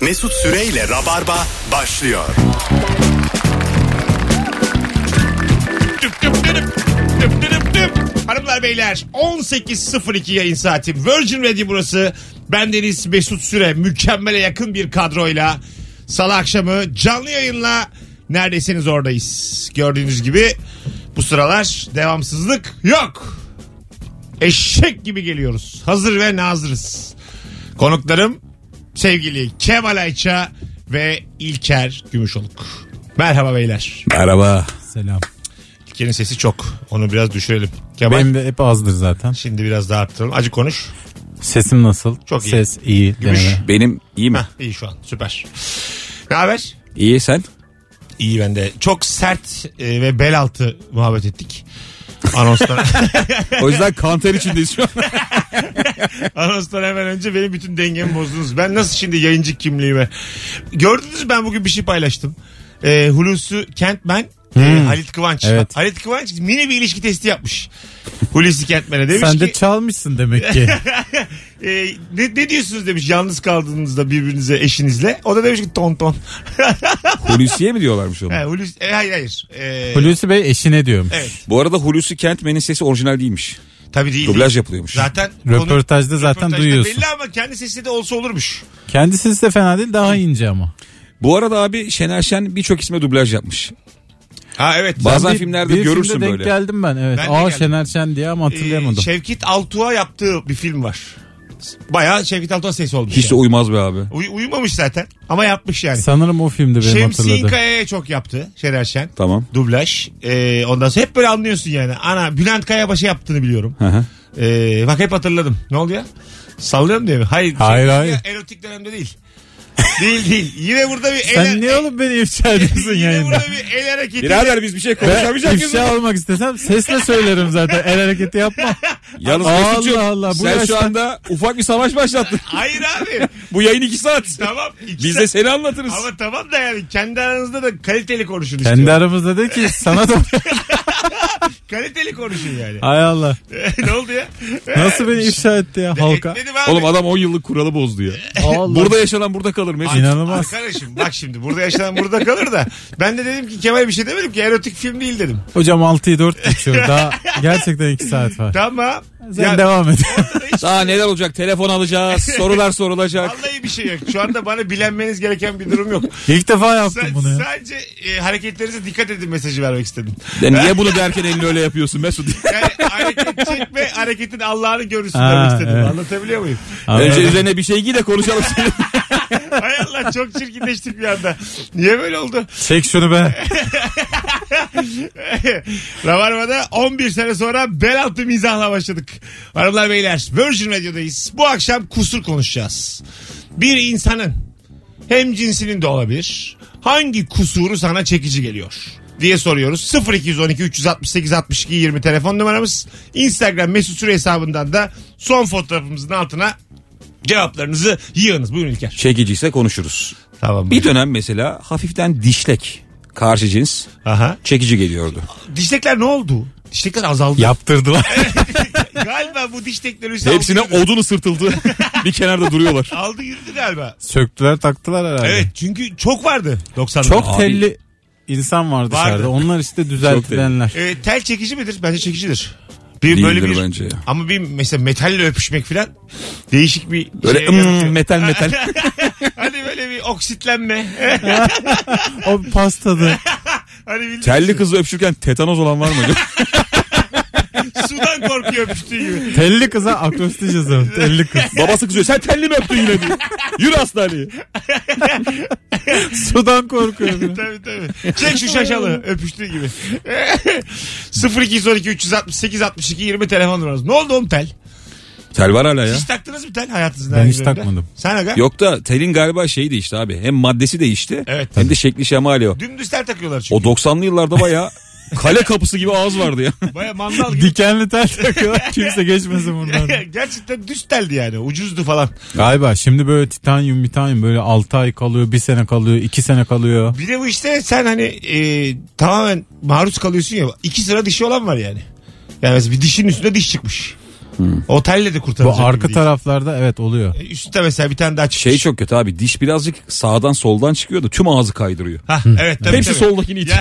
Mesut Süreyle Rabarba başlıyor. Tüp tüp tüp tüp tüp tüp. Hanımlar beyler 18.02 yayın saati Virgin Radio burası. Ben Deniz Mesut Süre mükemmele yakın bir kadroyla salı akşamı canlı yayınla neredesiniz oradayız. Gördüğünüz gibi bu sıralar devamsızlık yok. Eşek gibi geliyoruz. Hazır ve nazırız. Konuklarım sevgili Kemal Ayça ve İlker Gümüşoluk. Merhaba beyler. Merhaba. Selam. İlker'in sesi çok. Onu biraz düşürelim. Kemal Benim de hep azdır zaten. şimdi biraz daha arttıralım. Acı konuş. Sesim nasıl? Çok iyi. Ses iyi. Gümüş. deneme. Benim iyi mi? Heh, iyi şu an süper. Ne haber? İyi sen? İyi ben de. Çok sert e, ve bel altı muhabbet ettik. Anonstan, O yüzden kanter içindeyiz şu an. anonstan hemen önce benim bütün dengemi bozdunuz. Ben nasıl şimdi yayıncı kimliğime? Gördünüz mü ben bugün bir şey paylaştım. E, Hulusi Kentmen, e, Halit Kıvanç. Hmm. Evet. Halit Kıvanç mini bir ilişki testi yapmış. Hulusi Kentmen'e demiş Sen ki... de çalmışsın demek ki. E, ne, ne diyorsunuz demiş yalnız kaldığınızda birbirinize eşinizle. O da demiş ki ton ton. Hulusi'ye mi diyorlarmış onu? He, Hulusi, e, hayır hayır. E, Hulusi Bey eşine diyormuş. Evet. Bu arada Hulusi Kentmen'in sesi orijinal değilmiş. Tabii değil. Dublaj yapılıyormuş. Zaten konu- Röportajda zaten röportajda duyuyorsun. Belli ama kendi sesi de olsa olurmuş. Kendi sesi de fena değil daha ince ama. Bu arada abi Şener Şen birçok isme dublaj yapmış. Ha evet. Ba- Bazen Ben filmlerde bir görürsün filmde denk böyle. geldim ben evet. Ben de Aa geldim. Şener Şen diye ama Ee, hatırlayamadım. Şevket Altuğ'a yaptığı bir film var. Bayağı Şevket Altuğ'a sesi olmuş. Hiç de yani. uymaz be abi. Uy- uyumamış zaten ama yapmış yani. Sanırım o filmdi benim Şemsiye hatırladığım. Kaya'ya çok yaptı Şener Şen. Tamam. Dublaj. Ee, ondan sonra hep böyle anlıyorsun yani. Ana Bülent Kayabaş'ı yaptığını biliyorum. Hı hı. Ee, bak hep hatırladım. Ne oldu ya? Sallıyorum diye mi? Hayır. Hayır, şey- hayır. Erotik dönemde değil. değil değil. Yine burada bir el... Sen niye oğlum beni ifşa ediyorsun Yine yayında? burada bir el hareketi. Birader biz bir şey Ben konuşamayacak mıyız? ifşa olmak istesem sesle söylerim zaten. El hareketi yapma. Yalnız Allah Mesut'cum Allah, bu sen şu yaşta- anda ufak bir savaş başlattın. Hayır abi. bu yayın iki saat. tamam. iki Biz saat- de seni anlatırız. Ama tamam da yani kendi aranızda da kaliteli konuşun Kendi istiyorum. aramızda de ki sana da Kaliteli konuşun yani. Hay Allah. ne oldu ya? Nasıl beni ifşa etti ya halka? Etmedim abi. Oğlum adam 10 yıllık kuralı bozdu ya. Allah. Burada yaşanan burada kalır Mesut. Aynen. inanılmaz. Arkadaşım bak şimdi burada yaşanan burada kalır da ben de dedim ki Kemal bir şey demedim ki erotik film değil dedim. Hocam 6'yı 4 geçiyor. Daha gerçekten 2 saat var. Tamam. Sen Ya- devam et. Daha neler olacak? Telefon alacağız. Sorular sorulacak. Vallahi bir şey yok. Şu anda bana bilenmeniz gereken bir durum yok. İlk defa yaptım Sa- bunu ya. sadece e, hareketlerinize dikkat edin mesajı vermek istedim. Ya niye bunu derken elini öyle yapıyorsun Mesut? Yani hareket çekme hareketin Allah'ını görürsün Ha, demek istedim. evet. Anlatabiliyor muyum? Anladım. Önce üzerine bir şey giy de konuşalım. Hay Allah çok çirkinleştik bir anda. Niye böyle oldu? Çek şunu be. Rabarba'da 11 sene sonra bel altı mizahla başladık. Hanımlar beyler Virgin Radio'dayız. Bu akşam kusur konuşacağız. Bir insanın hem cinsinin de olabilir. Hangi kusuru sana çekici geliyor? diye soruyoruz. 0212 368 62 20 telefon numaramız. Instagram mesut süre hesabından da son fotoğrafımızın altına cevaplarınızı yığınız. Buyurun İlker. Çekiciyse konuşuruz. Tamam. Bir dönem mesela hafiften dişlek karşı cins Aha. çekici geliyordu. Diştekler ne oldu? Diştekler azaldı. Yaptırdılar. Galiba bu diş teknolojisi Hepsine aldı yürüdü. odun ısırtıldı. bir kenarda duruyorlar. Aldı yürüdü galiba. Söktüler taktılar herhalde. Evet çünkü çok vardı 90'larda. Çok Abi- telli insan var dışarıda. Vardı. Onlar işte düzeltilenler. Ee, tel çekici midir? Bence çekicidir. Bir Değildir böyle bir bence ya. ama bir mesela metalle öpüşmek falan değişik bir Böyle şeye "Mm, yaratıyor. metal metal. hani böyle bir oksitlenme. O pastadı. hani bildiğin Telli kızla öpüşürken tetanoz olan var mı? sudan korkuyor öpüştüğü gibi. telli kıza akrostiş yazalım. Telli kız. Babası kızıyor. Sen telli mi öptün yine diyor. Yürü hastaneye. Sudan korkuyorum. ya. tabii tabii. Çek şu şaşalı öpüştüğü gibi. 0212 368 62 20 telefon numaranız. Ne oldu oğlum tel? Tel var hala ya. Hiç taktınız mı tel hayatınızda? Ben hiç takmadım. Sen aga? Yok da telin galiba şeyi değişti abi. Hem maddesi değişti Evet. hem de şekli şemali o. Dümdüz tel takıyorlar çünkü. O 90'lı yıllarda baya kale kapısı gibi ağız vardı ya. Baya mandal gibi. Dikenli tel takıyorlar. Kimse geçmesin bundan. Gerçekten düz teldi yani. Ucuzdu falan. Galiba şimdi böyle titanyum mitanyum böyle 6 ay kalıyor, 1 sene kalıyor, 2 sene kalıyor. Bir de bu işte sen hani e, tamamen maruz kalıyorsun ya. İki sıra dişi olan var yani. Yani mesela bir dişin üstünde diş çıkmış. Hmm. Otelle de Bu kurtarılacak. arka gibi değil. taraflarda evet oluyor. Üstte mesela bir tane daha çıkmış. Şey çok kötü abi diş birazcık sağdan soldan çıkıyordu. Tüm ağzı kaydırıyor. Hah, Hmm. evet tabii Hepsi tabii. e, soldakini itiyor.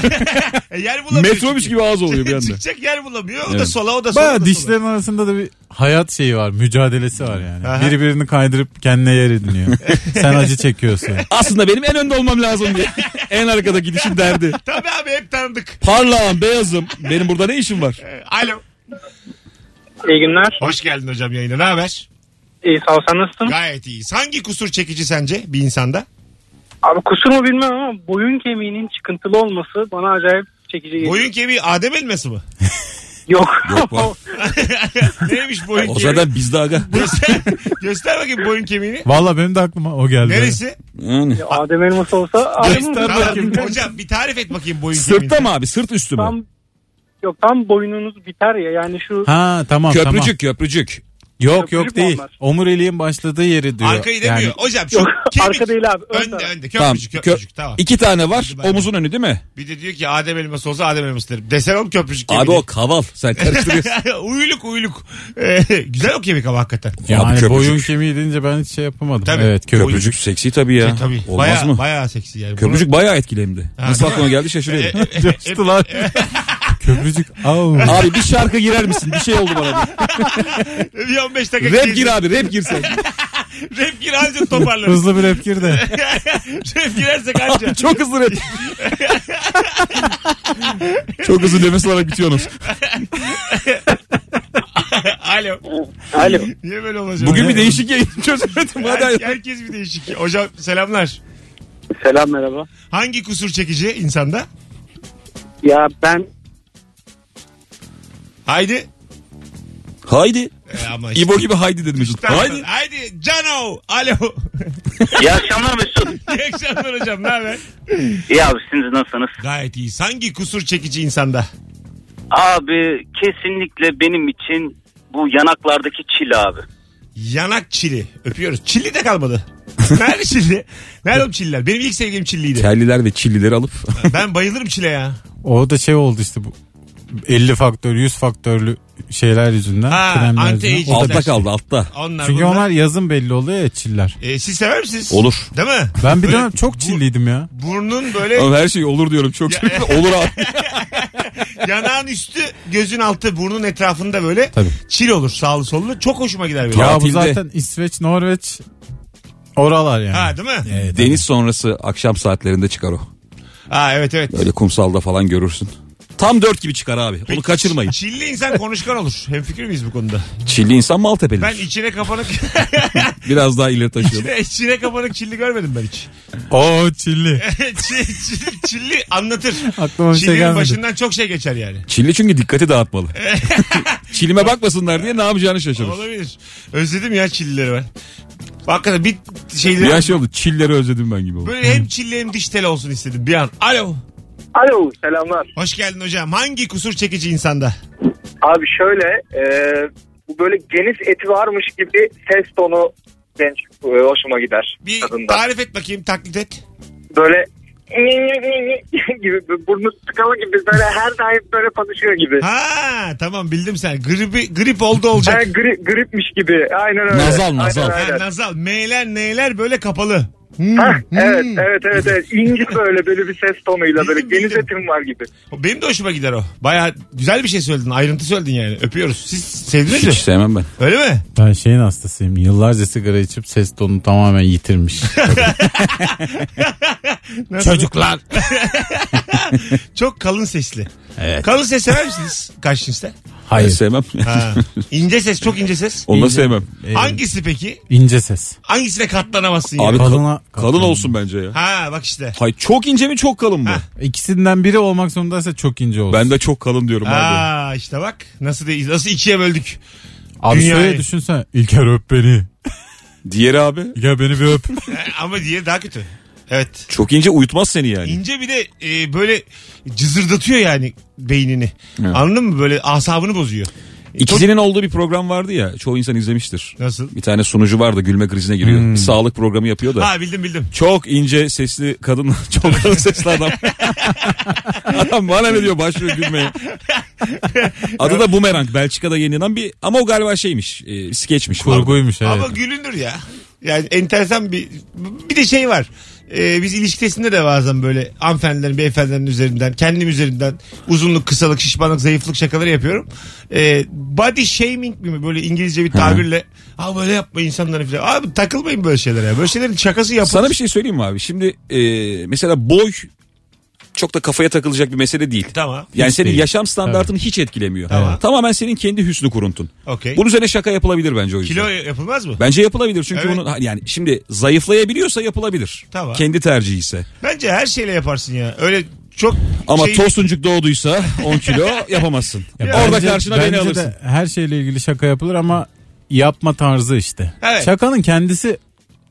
yer bulamıyor. Metrobüs çünkü. gibi ağzı oluyor bir anda. Çıkacak yer bulamıyor. O da Evet. sola o da sola. o Baya da sola. dişlerin arasında da bir hayat şeyi var. Mücadelesi var yani. Aha. Biri birini kaydırıp kendine yer ediniyor. Sen acı çekiyorsun. Aslında benim en önde olmam lazım diye. en arkada gidişim derdi. Tabii abi hep tanıdık. Parlağım, beyazım. Benim burada ne işim var? Ee, Alo. İyi günler. Hoş geldin hocam yayına. Ne haber? İyi sağ ol sen nasılsın? Gayet iyiyiz. Hangi kusur çekici sence bir insanda? Abi kusur mu bilmem ama boyun kemiğinin çıkıntılı olması bana acayip çekici geliyor. Boyun kemiği Adem elması mı? Yok. Yok var. Neymiş boyun O kemiği? zaten bizde aga. Göster, göster bakayım boyun kemiğini. Valla benim de aklıma o geldi. Neresi? Yani. Adem elması olsa Adem Göster elması. Tamam, hocam bir tarif et bakayım boyun kemiğini. Sırtta mı abi? Sırt üstü mü? Tam, yok tam boynunuz biter ya yani şu Ha tamam tamam. Köprücük köprücük. Yok yok Köprücük mü değil. onlar? Omuriliğin başladığı yeri diyor. Arkayı demiyor. Yani Hocam şu Yok, kemik. arka değil abi, ön Önde taraf. önde. Tamam. Köprücük Kö- köprücük tamam. İki tane var. Omuzun önü değil mi? Bir de diyor ki Adem elması olsa Adem elması derim. Desene oğlum köprücük kemiği. Abi o kaval. Sen karıştırıyorsun. uyuluk uyuluk. Ee, güzel o kemik ama hakikaten. yani Abi boyun köprücük. kemiği deyince ben hiç şey yapamadım. Tabii. Evet köprücük. Köprücük seksi tabii ya. Şey, tabii. Olmaz bayağı, mı? Bayağı seksi yani. Köprücük bayağı etkilemdi. Ha, Nasıl değil aklıma geldi Bunu- şaşırıyorum. E, e, e, Coştu lan. köprücük. Au. Abi bir şarkı girer misin? Bir şey oldu bana. diye. e, bir 15 dakika Rap gir abi rap girsen. Rap gir anca toparlarız. Hızlı bir rap gir de. Rap girersek anca. Çok hızlı rap. Çok hızlı nefes alarak bitiyorsunuz. Alo. Alo. Niye böyle olacak? Bugün bir değişik yayın çözemedim. Her, Hadi herkes bir değişik. Hocam selamlar. Selam merhaba. Hangi kusur çekici insanda? Ya ben Haydi. Haydi. E, ama işte- İbo gibi haydi dedim Mesut. Tamam. Haydi. Haydi. Cano. Alo. İyi akşamlar Mesut. İyi akşamlar hocam. Ne haber? İyi abi siz nasılsınız? Gayet iyi. Hangi kusur çekici insanda? Abi kesinlikle benim için bu yanaklardaki çil abi. Yanak çili. Öpüyoruz. Çilli de kalmadı. Nerede çilli? Nerede o çiller? Benim ilk sevgilim çilliydi. Terliler ve çillileri alıp. Ben bayılırım çile ya. O da şey oldu işte bu 50 faktör 100 faktörlü şeyler yüzünden. Ha, kremler anti-aging. yüzünden. O da- altta kaldı altta. Onlar Çünkü bunlar- onlar yazın belli oluyor ya çiller. E, siz sever misiniz? Olur. Değil mi? Ben bir Böyle dönem çok çilliydim ya. Burnun böyle Ama her şey olur diyorum çok. Ya- olur abi. yanağın üstü, gözün altı, burnun etrafında böyle Tabii. çil olur sağlı sollu. Çok hoşuma gider benim. Ya bu Tatilde. zaten İsveç, Norveç oralar yani. Ha değil mi? Evet, Deniz sonrası akşam saatlerinde çıkar o. Ha evet evet. Böyle kumsalda falan görürsün. Tam dört gibi çıkar abi. Onu kaçırmayın. Çilli insan konuşkan olur. Hemfikir miyiz bu konuda? Çilli insan Maltepe'li. Ben içine kapanık Biraz daha ileri taşıyalım. içine kapanık çilli görmedim ben hiç. tabii. Oo çilli. Çi- çi- çilli anlatır. Aklıma bir şey Çillinin gelmedi. başından çok şey geçer yani. Çilli çünkü dikkati dağıtmalı. Çilime bakmasınlar diye ne yapacağını şaşırır. Olabilir. Özledim ya çillileri ben. Hakikaten bir Bir şeyleri... an şey oldu. Çilleri özledim ben gibi oldu. Böyle hem çilli hem diş teli olsun istedim bir an. Alo. Alo selamlar. Hoş geldin hocam. Hangi kusur çekici insanda? Abi şöyle e, bu böyle geniz eti varmış gibi ses tonu genç e, hoşuma gider Bir kadında. tarif et bakayım taklit et. Böyle gibi böyle burnu sıkalı gibi böyle her daim böyle konuşuyor gibi. Ha tamam bildim sen. Gribi, grip oldu Ha, olacak. gri- gripmiş gibi. Aynen öyle. Nazal, Aynen nazal. Ha, öyle. nazal. M'ler neyler böyle kapalı. Hmm, Hah, hmm. evet, evet, evet, evet. İnce böyle, böyle bir ses tonuyla böyle Bildim, geniz bildim. etim var gibi. Benim de hoşuma gider o. Baya güzel bir şey söyledin. Ayrıntı söyledin yani. Öpüyoruz. Siz sevdiniz mi? Hiç sevmem ben. Öyle mi? Ben şeyin hastasıyım. Yıllarca sigara içip ses tonunu tamamen yitirmiş. Çocuklar. Çok kalın sesli. Evet. Kalın ses sever misiniz? Kaç cinsler? Ben Hayır. sevmem. Ha. İnce ses, çok ince ses. Onu da sevmem. Ee, Hangisi peki? ince ses. Hangisine katlanamazsın ya? Abi Kalına- kalın olsun bence ya. Ha bak işte. Hay çok ince mi çok kalın mı? İkisinden biri olmak zorundaysa çok ince olsun. Ben de çok kalın diyorum abi. Aa işte bak nasıl değil nasıl ikiye böldük. Abi Dünyayı- şöyle düşünsen. İlker öp beni. Diğeri abi İlker beni bir öp. E, Ama diye daha kötü. Evet. çok ince uyutmaz seni yani. İnce bir de e, böyle cızırdatıyor yani beynini. Evet. Anladın mı? Böyle asabını bozuyor. İkizinin olduğu bir program vardı ya çoğu insan izlemiştir. Nasıl? Bir tane sunucu vardı gülme krizine giriyor. Bir sağlık programı yapıyor da. Hmm. Ha bildim bildim. Çok ince sesli kadın, çok kalın sesli adam. adam bana ne diyor başlıyor gülmeye. Adı da Bumerang. Belçika'da yayınlanan bir ama o galiba şeymiş. E, skeçmiş. Kurguymuş evet. Ama gülündür ya. Yani enteresan bir bir de şey var. Ee, biz ilişkisinde de bazen böyle hanımefendilerin, beyefendilerin üzerinden, kendim üzerinden uzunluk, kısalık, şişmanlık, zayıflık şakaları yapıyorum. Ee, body shaming mi böyle İngilizce bir tabirle. Ha böyle yapma insanlara falan. Abi takılmayın böyle şeylere ya. Böyle şeylerin şakası yapılır. Sana bir şey söyleyeyim mi abi? Şimdi e, mesela boy çok da kafaya takılacak bir mesele değil. Tamam. Yani Hiç senin değil. yaşam standartını hiç etkilemiyor. Tamam. Tamamen senin kendi hüsnü kuruntun. Okey. Bunun üzerine şaka yapılabilir bence o yüzden. Kilo yapılmaz mı? Bence yapılabilir çünkü Evet. bunun yani şimdi zayıflayabiliyorsa yapılabilir. Tamam. Kendi tercihi ise. Bence her şeyle yaparsın ya. Öyle çok Ama şey- tosuncuk doğduysa 10 kilo yapamazsın. Ya Orada bence- karşına bence beni de alırsın. her şeyle ilgili şaka yapılır ama yapma tarzı işte. Evet. Şakanın kendisi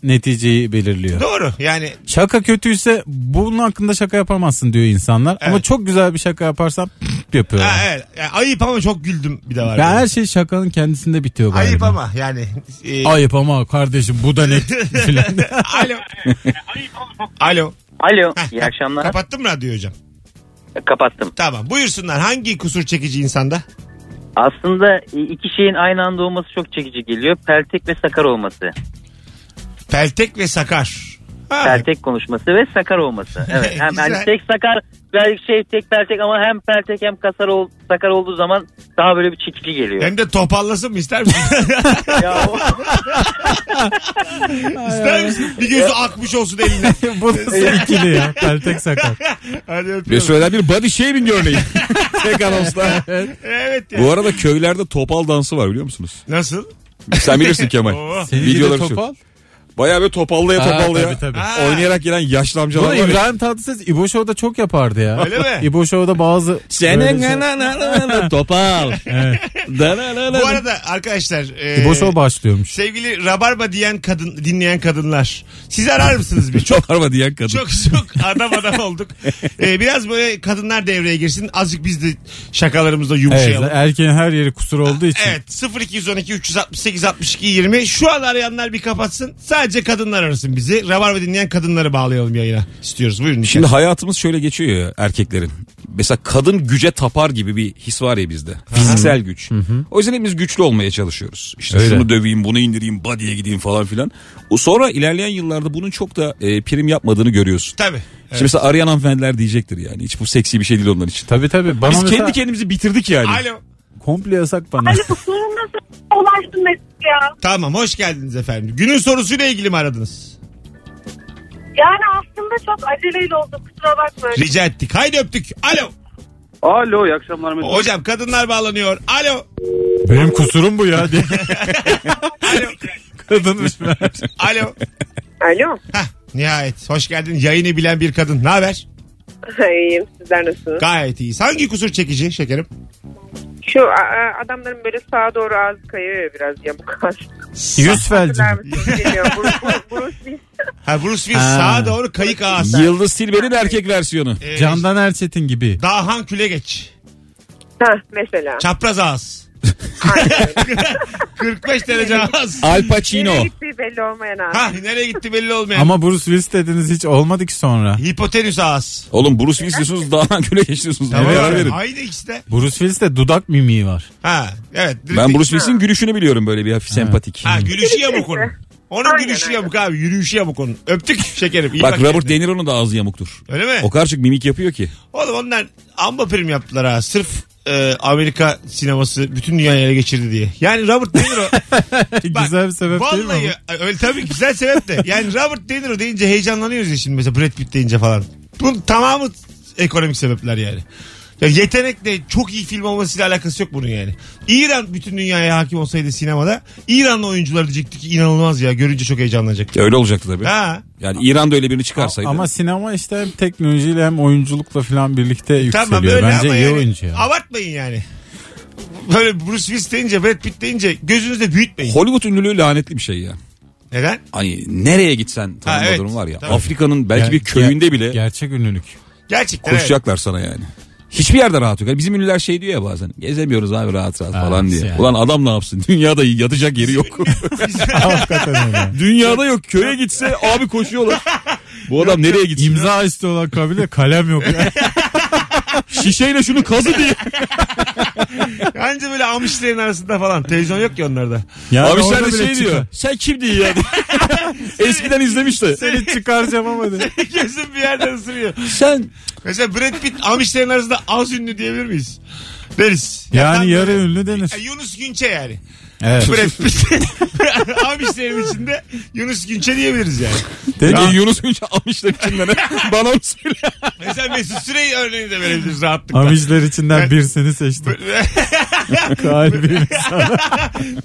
neticeyi belirliyor. Doğru yani Şaka kötüyse bunun hakkında şaka yapamazsın diyor insanlar. Ama Evet. çok güzel bir şaka yaparsam yapıyor. ha, evet. Yani ayıp ama çok güldüm bir de var. Ya Yani. her şey şakanın kendisinde bitiyor galiba. Ayıp ama yani. e, Ayıp ama kardeşim bu da ne filan. Alo. Alo. Alo Heh, iyi akşamlar. E, Kapattın mı radyoyu hocam? Kapattım. Tamam buyursunlar. Hangi kusur çekici insanda? Aslında e, iki şeyin aynı anda olması çok çekici geliyor. Peltek ve sakar olması. Peltek ve sakar. Ha, Peltek konuşması ve sakar olması. Evet. Hem Güzel. hani tek sakar belki şey tek peltek ama hem peltek hem kasar ol, sakar olduğu zaman daha böyle bir çekici geliyor. Hem de topallasın mı ister misin? ya o- ister misin? Bir gözü akmış olsun elinden. bu nasıl ikili ya? Peltek sakal. Hadi öpüyorum. Resuller bir body shaming örneği. Tek anonsla. Evet ya. Bu arada köylerde topal dansı var biliyor musunuz? Nasıl? Sen bilirsin Kemal. Oo. Senin Videoları Videoları şu. topal. Bayağı böyle topallaya Aa, topallaya. tabii, tabii. Aa. Oynayarak gelen yaşlı Bu da amcalar var ya. İbrahim Tatlıses İbo Show'da çok yapardı ya. Öyle mi? İbo Show'da bazı... Senin böyle şey- na- na- na- na- topal. Da- na- na- na- Bu arada arkadaşlar. e, İbo Show başlıyormuş. Sevgili Rabarba diyen kadın dinleyen kadınlar. Siz arar mısınız bir? Çok Çok arma diyen kadın. çok çok adam adam olduk. E, biraz böyle kadınlar devreye girsin. Azıcık biz de şakalarımızda Evet, yumuşayalım. erkeğin her yeri kusur olduğu için. şey Evet 0212 368 62 20 şu an arayanlar bir kapatsın sadece kadınlar arasın bizi Rabarba dinleyen kadınları bağlayalım yayına istiyoruz buyurun. Şimdi Şimdi hayatımız şöyle geçiyor ya erkeklerin. Mesela kadın güce tapar gibi bir his var ya bizde. Fiziksel güç. O yüzden hepimiz güçlü olmaya çalışıyoruz. İşte Öyle. şunu döveyim, bunu indireyim, body'e gideyim falan filan. O sonra ilerleyen yıllarda bunun çok da e, prim yapmadığını görüyorsun. Tabii. Şimdi mesela arayan hanımefendiler diyecektir yani. Hiç bu seksi bir şey değil onlar için. Tabii tabii. Bana Biz mesela kendi kendimizi bitirdik yani. Alo. komple yasak bana. Alo sonunda ulaştım Mesut ya. Tamam hoş geldiniz efendim. Günün sorusuyla ilgili mi aradınız? Yani aslında çok aceleyle oldu kusura bakmayın. Rica ettik. Haydi öptük. Alo. Alo iyi akşamlar Mesut. Hocam kadınlar bağlanıyor. Alo. Benim kusurum bu ya diye. Alo. Kadınmış meğer. Alo. Alo. Hah, nihayet. Hoş geldin. Yayını bilen bir kadın. Ne haber? İyiyim sizler nasılsınız? Gayet iyiyiz. Hangi kusur çekici şekerim? Şu a- a- adamların böyle sağa doğru ağzı kayıyor ya biraz yamuk ağız. Yüz felci. Hatırlar mısınız? Geliyor. Bruce, Bruce- Bruce Willis. Ha, Bruce Willis Ha. sağa doğru kayık ağası. Yıldız Tilbe'nin erkek versiyonu. Ee, Candan Erçetin gibi. Daha han küle geç. Hah, mesela. Çapraz ağız. 45 derece ağız. Al Pacino. Nereye gittiği belli olmayan ağız. Ha nereye gitti belli olmayan. Ama Bruce Willis dediniz hiç olmadı ki sonra. Hipotenüs ağız. Oğlum Bruce Willis diyorsunuz daha güle geçiyorsunuz. Tamam. Karar verin. Aynı ikisi de. Bruce Willis'te dudak mimiği var. Ha evet. Ben Bruce Willis'in gülüşünü biliyorum böyle bir hafif sempatik. Ha gülüşü yamuk onun. Onun Aynen, gülüşü aynen. yamuk abi. Yürüyüşü yamuk onun. Öptük şekerim. iyi Bak Robert kendine. De Niro'nun da ağzı yamuktur. Öyle mi? O kadar çok mimik yapıyor ki. Oğlum onlar amba prim yaptılar ha. Sırf e, Amerika sineması bütün dünyayı ele geçirdi diye. Yani Robert De Niro. Bak, Güzel bir sebep değil mi? vallahi, e, bu? Öyle tabii güzel sebep de. Yani Robert De Niro deyince heyecanlanıyoruz ya şimdi mesela Brad Pitt deyince falan. Bunun tamamı ekonomik sebepler yani. Ya yetenekle çok iyi film olmasıyla alakası yok bunun yani. İran bütün dünyaya hakim olsaydı sinemada İranlı oyuncular diyecekti ki inanılmaz ya görünce çok heyecanlanacak. Öyle olacaktı tabii. Ha. Yani İran'da öyle birini çıkarsaydı. Ama sinema işte hem teknolojiyle hem oyunculukla falan birlikte yükseliyor. Tamam öyle Bence ama iyi yani, oyuncu ya. Abartmayın yani. Böyle Bruce Willis deyince Brad Pitt deyince gözünüzde büyütmeyin. Hollywood ünlülüğü lanetli bir şey ya. Neden? Hani nereye gitsen tanınma Ha, evet. durum var ya. Tabii. Afrika'nın belki Ger- bir köyünde ger- bile Gerçek ünlülük. Gerçekten evet. koşacaklar sana yani. Hiçbir yerde rahat yok. Yani bizim ünlüler şey diyor ya bazen. Gezemiyoruz abi rahat rahat Ha, falan diye. yani. Ulan adam ne yapsın? Dünyada yatacak yeri yok. Hakikaten öyle. Dünyada yok. Köye gitse abi koşuyorlar. Bu adam nereye gitsin? İmza istiyorlar kabile kalem yok. ya. Şişeyle şunu kazı diye. Anca böyle amişlerin arasında falan. Televizyon yok ki onlarda. Yani abi sen orada de bile şey diyor. çıkar. Sen kim diye yani. Eskiden izlemişti. Seni çıkaracağım ama de. Gözüm bir yerden ısırıyor. Sen Mesela Brad Pitt amişlerin arasında az ünlü diyebilir miyiz? Deriz. Tam Yani yarı böyle- ünlü denir. Ya Yunus Günçe yani. Evet. Brad Pitt. amişlerin içinde Yunus Günçe diyebiliriz yani. Peki Yunus Günçe almışlar içinden. Bana onu söyle. Mesela Mesut Süreyi örneğini de verebiliriz rahatlıkla. Amiciler içinden bir seni seçtim. Kalbim.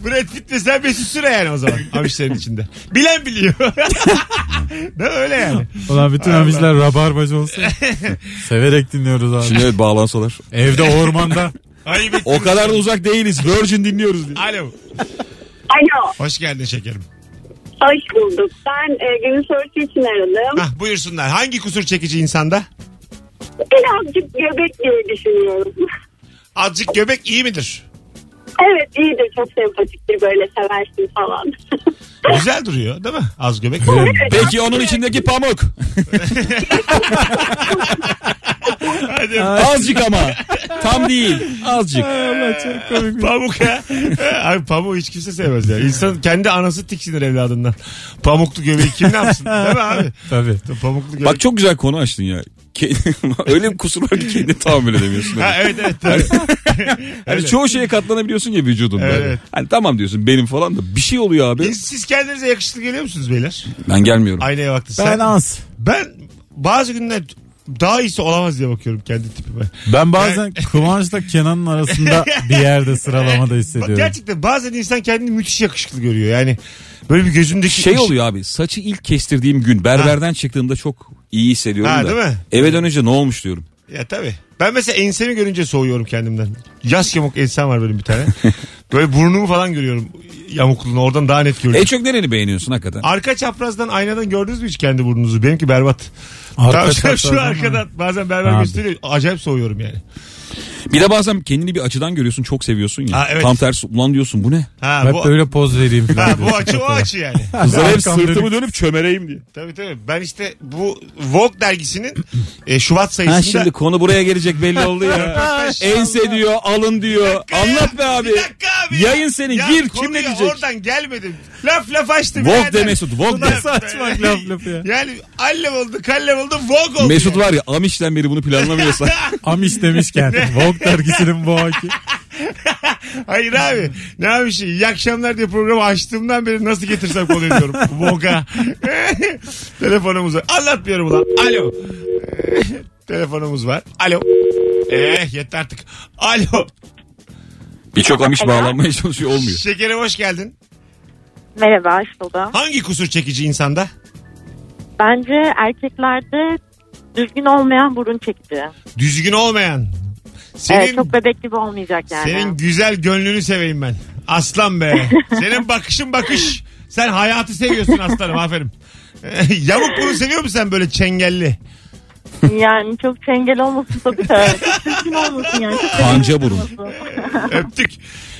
Brad Pitt mesela Mesut Süre yani o zaman amişlerin içinde. Bilen biliyor. Değil mi? Öyle yani. Ulan bütün amiciler rabarbacı olsun. Severek dinliyoruz abi. Şimdi evet bağlansalar. Evde ormanda. Ayıp O ettiniz. kadar da uzak değiliz. Virgin dinliyoruz diye. Alo. Alo. Hoş geldin şekerim. Hoş bulduk. Ben e, günün sorusu için aradım. Hah, buyursunlar. Hangi kusur çekici insanda? Birazcık göbek diye düşünüyorum. Azıcık göbek iyi midir? evet iyi de çok sempatiktir böyle seversin falan. Güzel duruyor değil mi? Az göbek. Ee, Peki onun içindeki pamuk. Hadi. Azıcık ama. Tam değil. Azıcık. Pamuk ya. Abi pamuğu hiç kimse sevmez ya. İnsan kendi anası tiksinir evladından. Pamuklu göbeği kim ne yapsın? Değil mi abi? Tabii. Pamuklu göbek. Bak çok güzel konu açtın ya. Ke- Öyle bir kusur var ki kendini tahammül edemiyorsun. Ha, Hani evet evet. tabii. öyle. çoğu şeye katlanabiliyorsun ya vücudunda. Evet. Hani tamam diyorsun benim falan da bir şey oluyor abi. Siz, siz kendinize yakışıklı geliyor musunuz beyler? Ben gelmiyorum. Aynaya baktı. Ben Ben, az. ben bazı günler daha iyisi olamaz diye bakıyorum kendi tipime. Ben bazen Kıvanç'la Kenan'ın arasında bir yerde sıralamada Bak, hissediyorum. gerçekten bazen insan kendini müthiş yakışıklı görüyor. Yani böyle bir gözümdeki Şey ışık- oluyor abi saçı ilk kestirdiğim gün berberden çıktığımda çok iyi hissediyorum Ha, da. değil mi? Eve dönünce ne olmuş diyorum. Ya tabii. Ben mesela ensemi görünce soğuyorum kendimden. Yaz yamuk ensem var benim bir tane. Böyle burnumu falan görüyorum yamukluğunu. Oradan daha net görüyorum. En E, çok nereni beğeniyorsun hakikaten? Arka çaprazdan aynadan gördünüz mü hiç kendi burnunuzu? Benimki berbat. Arka Tamam, şu- çaprazdan şu mı? arkadan bazen berber Abi. gösteriyor. Acayip soğuyorum yani. Bir de bazen kendini bir açıdan görüyorsun çok seviyorsun ya. Ha, evet. Tam tersi ulan diyorsun bu ne? Ha, Hep bu, böyle poz vereyim falan. ha, bu diyorsun. açı o açı yani. Kızlara hep Arkam sırtımı dönük. dönüp çömeleyim diye. Tabii tabii. Ben işte bu Vogue dergisinin e, Şubat sayısında... Ha şimdi konu buraya gelecek belli oldu ya. Ense diyor, alın diyor. Anlat be abi. Bir dakika abi. Yayın senin. Ya Gir kim konuya ne diyecek? Oradan gelmedim. Laf laf açtım. Vogue de Mesut. Vogue de. Saçma laf lafı ya. Yani allem oldu, kallem oldu, Vogue oldu. Mesut yani. var ya Amiş'ten beri bunu planlamıyorsa. Amiş demişken Vogue dergisinin bu haki. Hayır abi. Ne abi şey? İyi akşamlar diye programı açtığımdan beri nasıl getirsem konu ediyorum. Vogue'a. Telefonumuz var. Anlatmıyorum ulan. Alo. Telefonumuz var. Alo. Eh yeter artık. Alo. Birçok Amiş bağlanmaya çalışıyor olmuyor. Şekerim hoş geldin. Merhaba, hoş buldum. Hangi kusur çekici insanda? Bence erkeklerde düzgün olmayan burun çekici. Düzgün olmayan. Senin Evet, çok bebek gibi olmayacak yani. Senin güzel gönlünü seveyim ben. Aslan be. Senin bakışın bakış. Sen hayatı seviyorsun aslanım aferin. Yamuk bunu seviyor musun sen böyle çengelli? Yani çok çengel olmasın tabii de. Çok düzgün olmasın yani. Çok bebek Anca burun. olmasın. Öptük.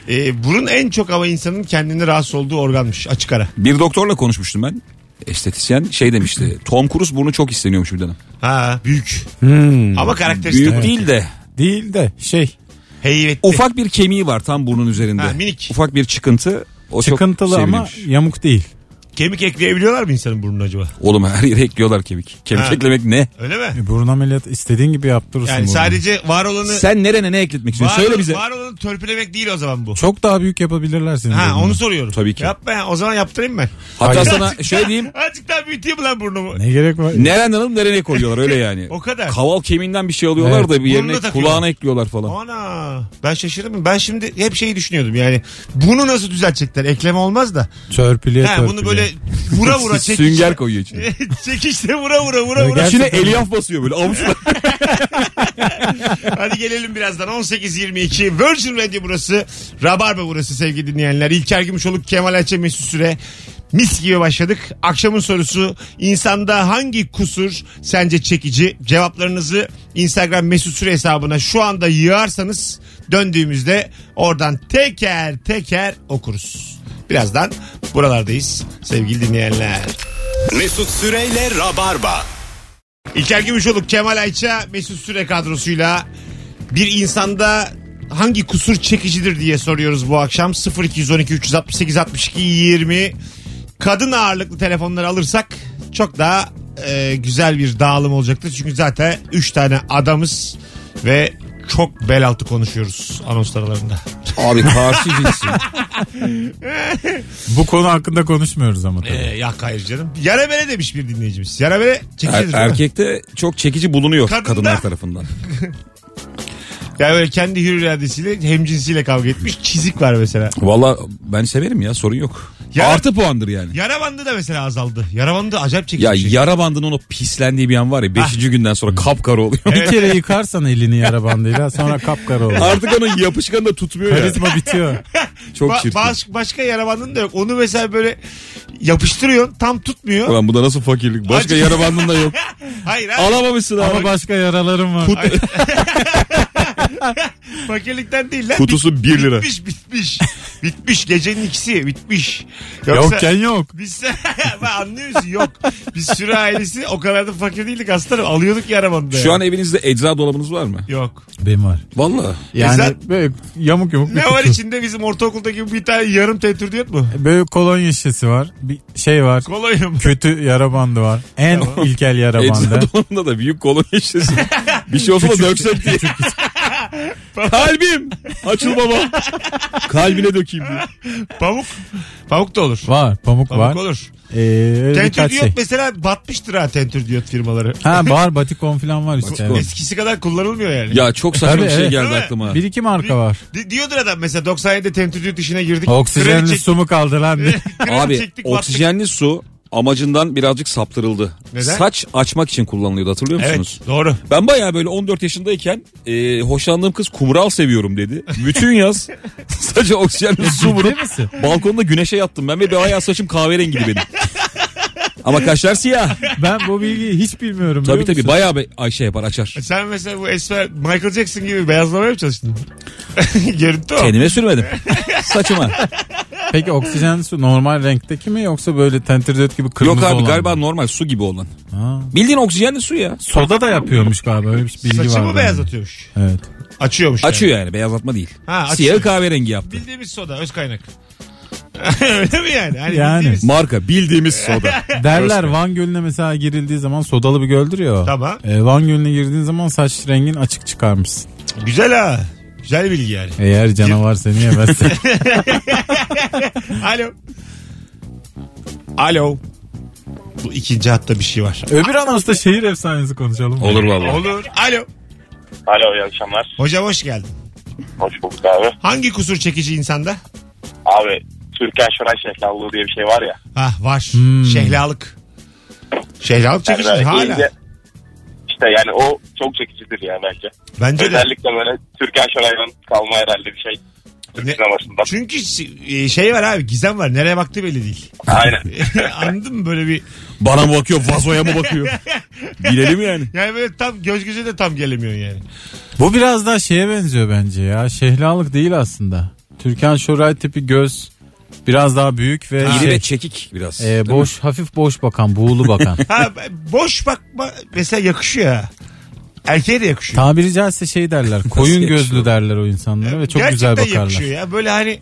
Ee, burun en çok ama insanın kendini rahatsız olduğu organmış açık ara. Bir doktorla konuşmuştum ben. Estetisyen şey demişti. Tom Cruise burnu çok isteniyormuş bir dönem. Ha büyük. Ama karakteristik. Hmm. Büyük değil de Değil de şey Heybetli. ufak bir kemiği var tam burnun üzerinde. Ha, minik. Ufak bir çıkıntı. O çok çıkıntılı ama seviliyormuş. yamuk değil. Kemik ekleyebiliyorlar mı insanın burnuna acaba? Oğlum her yere ekliyorlar kemik. Kemik Ha. eklemek ne? Öyle mi? E, burun ameliyatı istediğin gibi yaptırırsın. Yani burnu. sadece var olanı Sen nerene ne var, ekletmek istiyorsun? Söyle bize. var olanı törpülemek değil o zaman bu. Çok daha büyük yapabilirler senin Ha burnunu. onu soruyorum. Tabii ki. Yapma ya, o zaman yaptırayım ben. Hatta Hayır. sana şöyle diyeyim. Azıcık daha büyüteyim lan burnumu. Ne gerek var? Nereden alıp nereye koyuyorlar öyle yani. O kadar. Kaval kemiğinden bir şey alıyorlar Evet. da bir Burnuna yerine takıyorlar. kulağına ekliyorlar falan. Ana ben şaşırdım. Ben şimdi hep şeyi düşünüyordum yani bunu nasıl düzeltecekler? Ekleme olmaz da. Çörpülüye Ha, bunu böyle vura vura çekiş. Sünger koyuyor içine. Çekişte vura vura vura vura. İçine elyaf basıyor böyle avuçla. Hadi gelelim birazdan 18.22 Virgin Radio burası. Rabarba burası sevgili dinleyenler. İlker Gümüşoluk, Kemal Ayça, Mesut Süre. Mis gibi başladık. Akşamın sorusu insanda hangi kusur sence çekici? Cevaplarınızı Instagram mesut süre hesabına şu anda yığarsanız döndüğümüzde oradan teker teker okuruz. Birazdan buralardayız sevgili dinleyenler. Mesut Süreyle Rabarba. İlker Gümüşoluk, Kemal Ayça, Mesut Süre kadrosuyla bir insanda hangi kusur çekicidir diye soruyoruz bu akşam. 0212 368 62 20 kadın ağırlıklı telefonları alırsak çok daha e, güzel bir dağılım olacaktır. Çünkü zaten 3 tane adamız ve çok bel altı konuşuyoruz anons aralarında. Abi karşı cinsin. Bu konu hakkında konuşmuyoruz ama. tabii. E, ya hayır canım. Yara bere demiş bir dinleyicimiz. Yara bere Er- çekicidir. değil mi? erkekte çok çekici bulunuyor Kadında- kadınlar tarafından. Yani böyle kendi hür iradesiyle hemcinsiyle kavga etmiş. Çizik var mesela. Valla ben severim ya sorun yok. Ya- Artı puandır yani. Yara bandı da mesela azaldı. Yara bandı acayip çekici Ya bir şey. yara bandının o pislendiği bir an var ya 5. günden sonra kapkara oluyor. E, Bir kere yıkarsan elini yara bandıyla sonra kapkara olur. Artık onun yapışkanı da tutmuyor ya. Karizma bitiyor. Çok Ba- çirkin. baş- başka yara bandın da yok. Onu mesela böyle yapıştırıyorsun tam tutmuyor. Ulan bu da nasıl fakirlik? Başka Acı- yara bandın da yok. Hayır hayır. Alamamışsın abi. Ama başka yaralarım var. Fakirlikten değil lan. Kutusu 1 lira. Bitmiş bitmiş. bitmiş gecenin ikisi bitmiş. Yokken yok. Biz ben anlıyorsun yok. Biz süre ailesi o kadar da fakir değildik aslanım. Alıyorduk yara bandı. Şu yani. an e- evinizde ecza dolabınız var mı? Yok. Benim var. Valla. Yani Güzel. böyle yamuk yamuk bir Ne var kutu. içinde bizim ortaokuldaki bir tane yarım tetürdiyot mu? Böyle kolonya şişesi var. Bir şey var. Kolonya mı? Kötü yara bandı var. En ilkel yara Ecza bandı. dolabında da büyük kolon şişesi. bir şey olsa da döksek diye. Kalbim. Açıl baba. Kalbine dökeyim diye. Pamuk. Pamuk da olur. Var. Pamuk, Pamuk var. olur. Ee, öyle Tentür birkaç diyot şey. mesela batmıştır ha tentür diyot firmaları. Ha var batikon falan var işte. Batikon. Evet. Eskisi kadar kullanılmıyor yani. Ya çok saçma Tabii, bir şey evet. geldi Değil mi? aklıma. Bir iki marka var. Di- diyordur adam mesela 97'de tentür diyot işine girdik. Kredi Oksijenli çek- su mu kaldı lan? diye. kredi Abi çektik, battık. oksijenli su amacından birazcık saptırıldı. Neden? Saç açmak için kullanılıyordu hatırlıyor musunuz? Evet doğru. Ben bayağı böyle 14 yaşındayken e, hoşlandığım kız kumral seviyorum dedi. Bütün yaz sadece oksijenli su vurup Ciddi misin? balkonda güneşe yattım ben ve bir ayağı saçım kahverengiydi benim. Ama kaşlar siyah. Ben bu bilgiyi hiç bilmiyorum. Tabii biliyor tabii musun? bayağı bir Ayşe yapar açar. E, Sen mesela bu esmer Michael Jackson gibi beyazlamaya mı çalıştın? Görüntü o. Kendime sürmedim. Saçıma. Peki oksijenli su normal renkteki mi yoksa böyle tentürdöt gibi kırmızı Yok abi olan galiba mı? normal su gibi olan. Ha. Bildiğin oksijenli su ya. Soda da yapıyormuş galiba öyle bir bilgi var. Saçı mı bende. beyazlatıyormuş? Evet. Açıyormuş. yani. Açıyor yani beyazlatma değil. Ha, açıyor. Siyahı kahverengi yaptı. Bildiğimiz soda öz kaynak. Öyle mi yani? Hani Yani. bildiğimiz- Marka bildiğimiz soda. Derler Van Gölü'ne mesela girildiği zaman sodalı bir göldür ya. o. Tamam. Ee, Van Gölü'ne girdiğin zaman saç rengin açık çıkarmışsın. Güzel ha. Güzel bilgi yani. Eğer canavar seni yemezse. Alo. Alo. Bu ikinci hatta bir şey var. Öbür anonsta şehir efsanesi konuşalım. Olur vallahi. Olur. Alo. Alo iyi akşamlar. Hocam hoş geldin. Hoş bulduk abi. Hangi kusur çekici insanda? Abi Türkan Şoray şefkallığı diye bir şey var ya. Ah var. Hmm. Şehlalık. Şehlalık çekici böyle hala. iyice- İşte yani o çok çekicidir ya bence. Bence de. Özellikle böyle Türkan Şoray'dan kalma herhalde bir şey. Türk Ne- sinemasında. Çünkü e, şey var abi gizem var. Nereye baktı belli değil. Aynen. Anladın mı böyle bir. Bana mı bakıyor vazoya mı bakıyor? Bilelim yani. Yani böyle tam göz göze de tam gelemiyorsun yani. Bu biraz daha şeye benziyor bence ya. Şehlalık değil aslında. Türkan Şoray tipi göz biraz daha büyük ve İri şey, ve çekik biraz. e, boş hafif boş bakan buğulu bakan. Ha, boş bakma mesela yakışıyor ha. Erkeğe de yakışıyor. Tabiri caizse şey derler koyun yakışıyor? gözlü derler o insanlara ve çok Gerçekten güzel bakarlar. yakışıyor ya. Böyle hani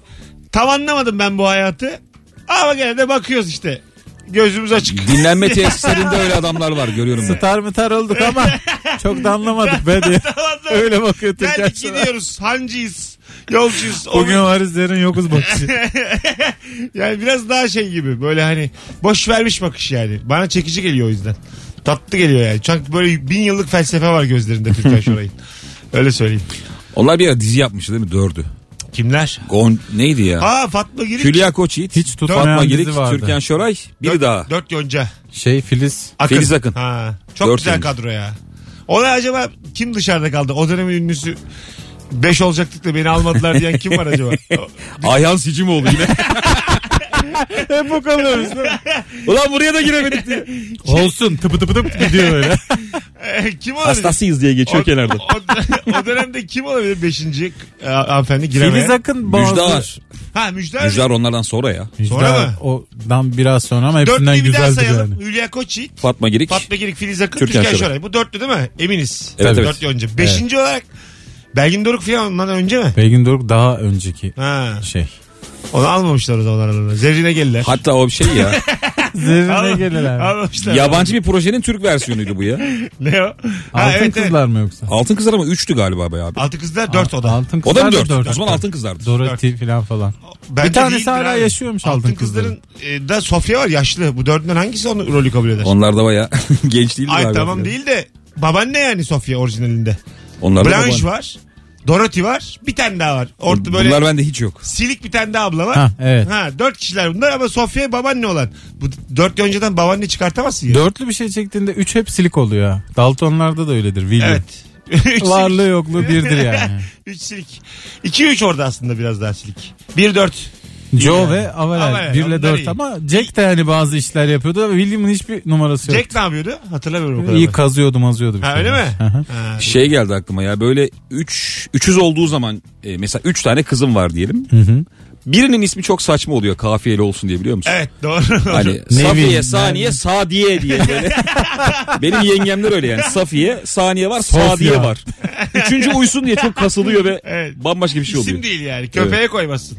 tam anlamadım ben bu hayatı. Ama gene de bakıyoruz işte. Gözümüz açık. Dinlenme tesislerinde öyle adamlar var görüyorum ben. Star mı tar olduk ama çok da anlamadık be diye. Anlamadım. Öyle bakıyor Türkan Geldik Şoray. gidiyoruz. Hancıyız. Yolcuyuz. O Bugün varız yarın yokuz bakışı. Yani biraz daha şey gibi böyle hani boş vermiş bakış yani. Bana çekici geliyor o yüzden. Tatlı geliyor yani. Çünkü böyle bin yıllık felsefe var gözlerinde Türkan Şoray'ın. Öyle söyleyeyim. Onlar bir ara dizi yapmış değil mi? Dördü. Kimler? Gon neydi ya? Aa Fatma Girik. Hülya Koçyiğit, Hiç tutmayan Fatma dizi Girik, vardı. Türkan Şoray, biri Dört- daha. Dört yonca. Şey Filiz Akın. Filiz Akın. Ha, çok Dört güzel yonca. kadro ya. Ona acaba kim dışarıda kaldı? O dönemin ünlüsü 5 olacaktık da beni almadılar diyen kim var acaba? Ayhan Sicimoğlu yine. Hep o kalıyoruz. değil mi? Ulan buraya da giremedik diye. Olsun tıpı tıpı tıp gidiyor öyle. kim olabilir? Hastasıyız diye geçiyor o, kenarda. o, o dönemde kim olabilir beşinci e, hanımefendi giremeye? Filiz Akın bazı... Müjde var. Ha Müjde. Müjde var onlardan sonra ya. Müjde Sonra Ar- mı? Odan biraz sonra ama hepsinden Dörtlüyü bir daha güzeldi sayalım. yani. Hülya Koçyiğit, Fatma Girik. Fatma Girik, Filiz Akın, Türkan Türkan Şoray. Şoray. Bu dörtlü değil mi? Eminiz. Evet, evet. Dörtlü önce. Beşinci olarak Belgin Doruk falan ondan önce mi? Belgin Doruk daha önceki Ha. şey. Onu almamışlar o zaman aralarına. Zerrine geldiler. Hatta o bir şey ya. Zerrine Al- gelirler. Almamışlar. Yabancı bir projenin Türk versiyonuydu bu ya. Ne o? Ha, Altın evet, evet. kızlar mı yoksa? Altın Kızlar ama üçtü galiba be abi. Altı kızlar dört oda. Altın O kızlar da mı dört? dört. O zaman Altın Kızlar'dı. Dorothy falan falan. Bence Bir tanesi değildir hala abi. yaşıyormuş altın, altın kızların. e, da Sofya var yaşlı. Bu dördünden hangisi onu rolü kabul eder? Onlar da baya genç değil mi Ay galiba? tamam değil de babaanne yani Sofya orijinalinde. Onlar da Blanche babaanne. var. Dorothy var. Bir tane daha var. Orta böyle Bunlar bende hiç yok. silik bir tane daha abla var. Ha, evet. Ha, dört kişiler bunlar ama Sofya babaanne olan. Bu dört yıl önceden babaanne çıkartamazsın ya. Dörtlü bir şey çektiğinde üç hep silik oluyor ha. Daltonlarda da öyledir. Willy. Evet. Üç Varlığı silik. yokluğu birdir yani. Üç silik. İki üç orada aslında biraz daha silik. Bir dört. Joe yani. ve Averell, Averell 1 ile onlar 4 iyi. ama Jack de hani bazı işler yapıyordu ve William'ın hiçbir numarası yok. Jack ne yapıyordu? Hatırlamıyorum o kadar. İyi ben. kazıyordu mazıyordu. bir Ha, şeyler. öyle mi? Hı hı. Ha. Şey geldi aklıma ya böyle 3 300 olduğu zaman e, mesela 3 tane kızım var diyelim. Birinin ismi çok saçma oluyor kafiyeli olsun diye biliyor musun? Evet doğru. Hani Ne Safiye, bileyim, Saniye, Sadiye diye böyle. Benim yengemler öyle yani. Safiye, Saniye var, Sofya. Sadiye var. Üçüncü uysun diye çok kasılıyor ve Evet. bambaşka bir şey oluyor. İsim değil yani. Köpeğe koymasın.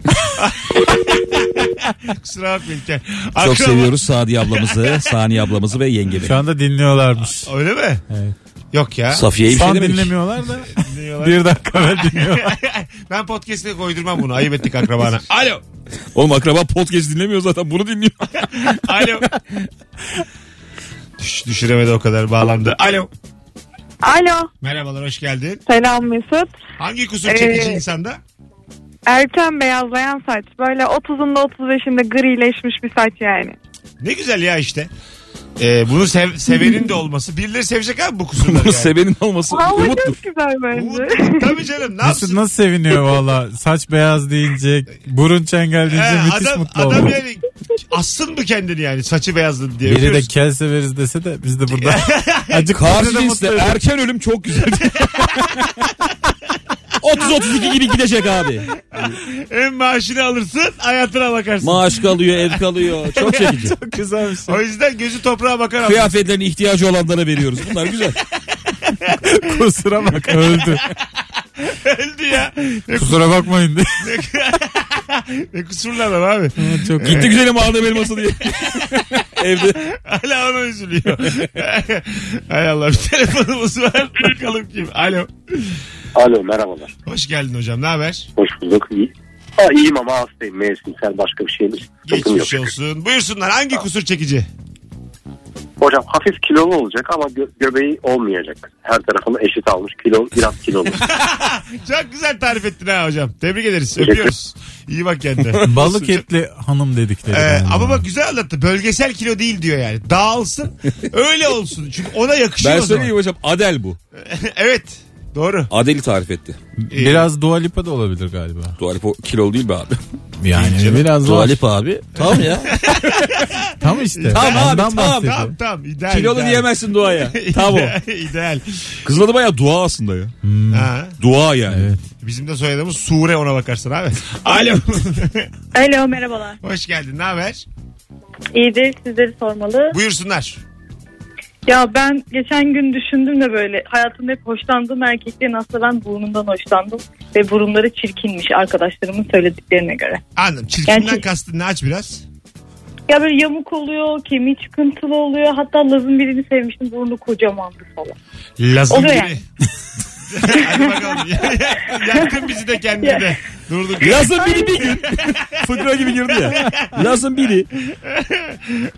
Kusura bakmayın. İlker. Akraba- Çok seviyoruz Sadiye ablamızı, Saniye ablamızı ve yengemi. Şu anda dinliyorlarmış. Öyle mi? Evet. Yok ya. Safiye'yi bir Şu şey an demedik. dinlemiyorlar da Dinliyorlar. bir dakika evvel dinliyorlar. ben podcast'e koydurmam bunu. Ayıp ettik akrabana. Alo. Oğlum akraba podcast dinlemiyor zaten bunu dinliyor. Alo. Düş, düşüremedi o kadar bağlandı. Alo. Alo. Merhabalar hoş geldin. Selam Mesut. Hangi kusur çekici Ee, insanda? Erken beyazlayan saç. Böyle 30'unda 35'inde grileşmiş bir saç yani. Ne güzel ya işte. Ee, bunu sev- sevenin de olması. Birileri sevecek abi bu kusurları. Bunu yani. sevenin olması Vallahi umuttur. çok güzel bence. Umut- Tabii canım ne Mesut yapsın? nasıl seviniyor valla. Saç beyaz deyince, burun çengel Ee, deyince müthiş adam, mutlu adam oldu. yani assın mı kendini yani saçı beyazladı diye. Biri de Öpüyoruz. kel severiz dese de biz de burada acık Karşı bizi de cinsle mutlu ediyor. erken ölüm çok güzel. 30-32 gibi gidecek abi. Hem maaşını alırsın hayatına bakarsın. Maaş kalıyor, ev kalıyor. Çok çekici. Çok güzel bir şey. o yüzden gözü toprağa bakar adam. Kıyafetlerine ihtiyacı olanlara veriyoruz. Bunlar güzel. Kusura bak öldü. Öldü ya. Ne, Kusura bakmayın diye. ne kusurlu adam abi. Çok Gitti güzelim aldım elması diye. Evde. Hala ona üzülüyor. Hay Allah bir telefonumuz var. Bakalım kim. Alo. Alo merhabalar. Hoş geldin hocam. Ne haber? Hoş bulduk. İyi. Ha, iyiyim ama hastayım. Mevsimsel başka bir şeyimiz. Sıkıntım yok. Geçmiş olsun. Buyursunlar. Hangi kusur çekici? Hocam hafif kilolu olacak ama gö- göbeği olmayacak. Her tarafını eşit almış. Kilo biraz kilolu. Çok güzel tarif ettin ha hocam. Tebrik ederiz. Öpüyoruz. İyi bak kendine. Balık Kusur- etli hanım dedikleri. Ee, yani. ama bak güzel anlattı. Bölgesel kilo değil diyor yani. Dağılsın. öyle olsun. Çünkü ona yakışıyor Ben o zaman. söyleyeyim hocam Adel bu. evet. Doğru. Adel'i tarif etti. e- Biraz Dua Lipa da olabilir galiba. Dua Lipa kilolu değil be abi. Yani biraz var. abi. Tamam ya. Tam işte. Tamam abi, Ondan tamam, bahsediyor. Tamam tamam. İdeal. kilolu ideal. diyemezsin duaya. Tamam o. İdeal. Kızın adı baya dua aslında ya. Ha. Dua yani. Evet. Bizim de soyadımız Sure ona bakarsan abi. Alo. Alo merhabalar. Hoş geldin. Ne haber? İyidir sizleri sormalı. Buyursunlar. Ya ben geçen gün düşündüm de böyle hayatımda hep hoşlandığım erkeklerin aslında ben burnundan hoşlandım. Ve burunları çirkinmiş arkadaşlarımın söylediklerine göre. Anladım. Çirkinden Gerçi- kastın ne aç biraz? Ya böyle yamuk oluyor, kemiği çıkıntılı oluyor. Hatta Laz'ın birini sevmiştim burnu kocamandı falan. Lazım Oluyor gibi. yani. Hadi bakalım. Yaktın bizi de kendine de. Durduk. Lazım biri bir gün. Fıkra gibi girdi ya. Lazım biri.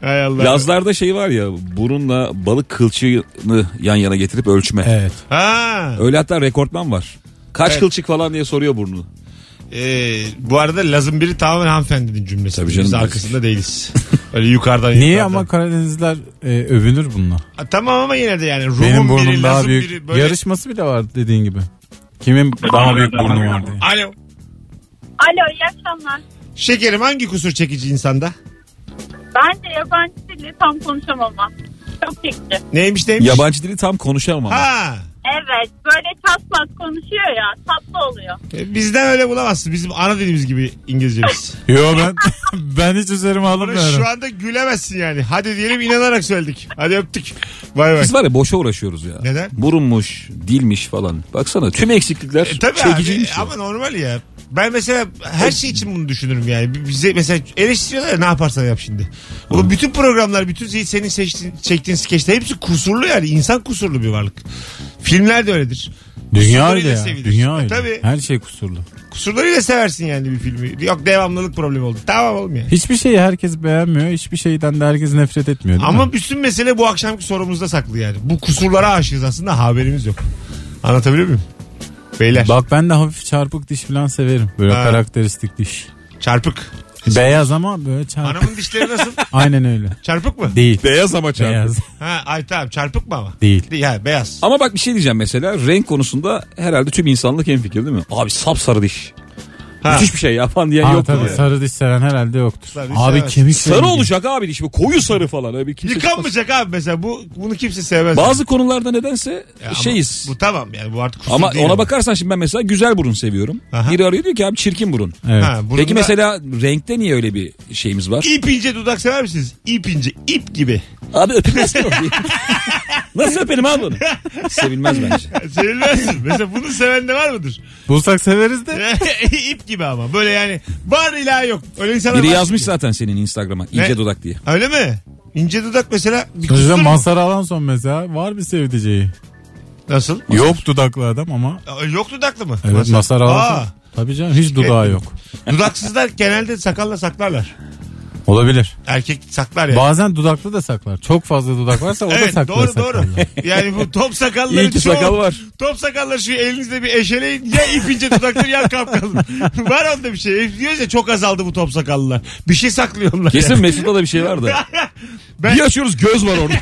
Hay Allah. Lazlarda şey var ya burunla balık kılçığını yan yana getirip ölçme. Evet. Ha. Öyle hatta rekortman var. Kaç Evet. kılçık falan diye soruyor burnu. Ee, bu arada lazım biri tamamen hanımefendinin cümlesi. Tabii Biz canım. arkasında değiliz. Öyle yukarıdan Niye yukarıdan. ama Karadenizler e, övünür bununla? Ha, tamam ama yine de yani. Rum'un Benim burnum biri, daha lazım büyük. biri. Böyle... Yarışması bile var dediğin gibi. Kimin daha büyük burnu var diye. Alo. Alo iyi akşamlar. Şekerim hangi kusur çekici insanda? Ben de yabancı dili tam konuşamam. Çok çekici. Neymiş neymiş? Yabancı dili tam konuşamam. Ha. Evet böyle çatlat konuşuyor ya tatlı oluyor. E, Bizden öyle bulamazsın. Bizim ana dilimiz gibi İngilizcemiz. Yo ben ben hiç üzerime Bana şu alınmıyorum. anda gülemezsin yani. Hadi diyelim inanarak söyledik. Hadi öptük. Bay bay. Biz var ya boşa uğraşıyoruz ya. Neden? Burunmuş, dilmiş falan. Baksana tüm eksiklikler E, şey tabii abi, çekiciymiş. ya. ama normal ya. Ben mesela her şey için bunu düşünürüm yani. Bize mesela eleştiriyorlar ya, ne yaparsan yap şimdi. O bütün programlar, bütün se- senin seçtiğin, çektiğin skeçler hepsi kusurlu yani. İnsan kusurlu bir varlık. Filmler de öyledir. Dünya Kusurlarıyla öyle ya. sevilir. Dünya öyle. E, Tabii. Her şey kusurlu. Kusurlarıyla seversin yani bir filmi. Yok devamlılık problemi oldu. Tamam oğlum yani. Hiçbir şeyi herkes beğenmiyor. Hiçbir şeyden de herkes nefret etmiyor. değil mi? Ama bütün mesele bu akşamki sorumuzda saklı yani. Bu kusurlara aşığız aslında haberimiz yok. Anlatabiliyor muyum? Beyler Bak ben de hafif çarpık diş falan severim. Böyle Ha. karakteristik diş. çarpık. Beyaz ama böyle çarpık. Anamın dişleri nasıl? Aynen öyle. Çarpık mı? Değil. Beyaz ama çarpık. Beyaz. Ha, ay tamam çarpık mı ama? Değil. Ya beyaz. Ama bak bir şey diyeceğim mesela renk konusunda herhalde tüm insanlık en fikir değil mi? Abi sapsarı diş. Ha. Müthiş bir şey yapan diyen Ha, yok. tabii mu? sarı diş seven herhalde yoktur. Sarı diş Abi sevmez. kemik Sarı rengi. olacak abi diş bu koyu sarı falan. Öyle bir kimse Yıkanmayacak abi mesela bu bunu kimse sevmez. Bazı konularda nedense Ya ama şeyiz. Bu tamam yani bu artık kusur Ama değil ona bakarsan şimdi ben mesela güzel burun seviyorum. Aha. Biri arıyor diyor ki abi çirkin burun. Evet. Ha, bunun Peki da- mesela renkte niye öyle bir şeyimiz var? İp ince dudak sever misiniz? İp ince, ip gibi. Abi öpülmez mi? Nasıl öpelim abi bunu? Sevilmez bence. Sevilmezsin. Mesela bunu seven de var mıdır? Bulsak severiz de. ip gibi ama. Böyle yani var ila yok. Öyle insanlar Biri var yazmış çünkü. zaten senin Instagram'a ince Ne? dudak diye. Öyle mi? İnce dudak mesela bir Sözde kusur mu? Mazhar Alanson mesela var bir sevdiceği. Nasıl? Yok dudaklı adam ama. Aa, Yok dudaklı mı? Evet Mesela- Mazhar Aa, Alanson. Tabii canım hiç dudağı yok. Dudaksızlar genelde sakalla saklarlar. Olabilir. Erkek saklar yani. Bazen dudaklı da saklar. Çok fazla dudak varsa o da evet saklar. doğru sakallar. doğru. Yani bu top sakalları İyi ki çoğu- sakal var. Top sakalları şu elinizde bir eşeleyin ya ip ince dudakları ya kapkalın. var onda bir şey. Diyoruz ya çok azaldı bu top sakallılar. Bir şey saklıyor onlar. Kesin Mesut'ta da bir şey var da. Ben- Bir açıyoruz göz var orada.